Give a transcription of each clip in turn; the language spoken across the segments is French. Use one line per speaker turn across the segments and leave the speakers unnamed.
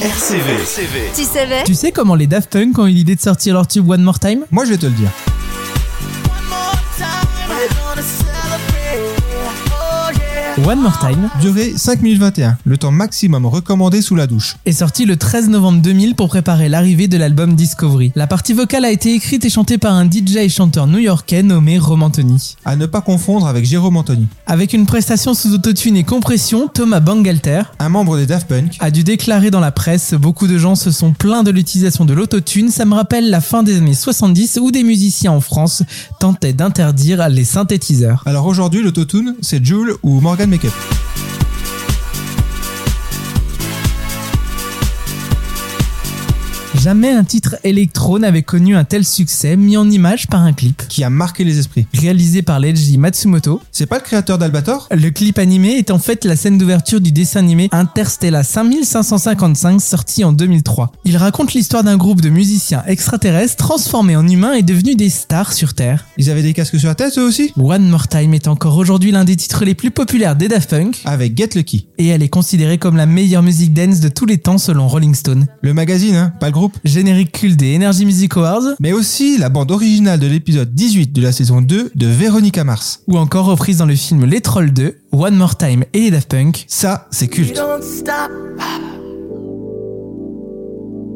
RCV.
Tu savais
Tu sais comment les Daft Punk ont eu l'idée de sortir leur tube One More Time
Moi, je vais te le dire.
One More Time
Durée 5 minutes 21, le temps maximum recommandé sous la douche.
est sorti le 13 novembre 2000 pour préparer l'arrivée de l'album Discovery. La partie vocale a été écrite et chantée par un DJ et chanteur new-yorkais nommé Romantoni.
À ne pas confondre avec Jérôme Anthony,
Avec une prestation sous autotune et compression, Thomas Bangalter
un membre des Daft Punk.
a dû déclarer dans la presse beaucoup de gens se sont plaints de l'utilisation de l'autotune, ça me rappelle la fin des années 70 où des musiciens en France tentaient d'interdire les synthétiseurs.
Alors aujourd'hui, l'autotune, c'est Jules ou Morgan Makeup.
Jamais un titre électro n'avait connu un tel succès mis en image par un clip.
qui a marqué les esprits.
Réalisé par Leiji Matsumoto,
C'est pas le créateur d'Albator
le clip animé est en fait la scène d'ouverture du dessin animé Interstella 5555 sorti en 2003. Il raconte l'histoire d'un groupe de musiciens extraterrestres transformés en humains et devenus des stars sur Terre.
Ils avaient des casques sur la tête eux aussi
One More Time est encore aujourd'hui l'un des titres les plus populaires des Daft Punk
Avec Get Lucky.
et elle est considérée comme la meilleure musique dance de tous les temps selon Rolling Stone.
Le magazine, hein, pas le groupe.
Générique culte des Energy Music Awards
Mais aussi la bande originale de l'épisode 18 de la saison 2 de Véronica Mars.
ou encore reprise dans le film Les Trolls 2, One More Time et les Daft Punk.
Ça, c'est culte.
don't stop.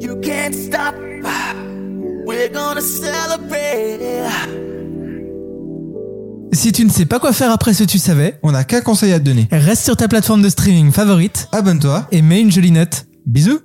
You can't stop. We're gonna celebrate.
Si tu ne sais pas quoi faire après ce tu savais,
On n'a qu'un conseil à te donner.
reste sur ta plateforme de streaming favorite
Abonne-toi.
et mets une jolie note.
Bisous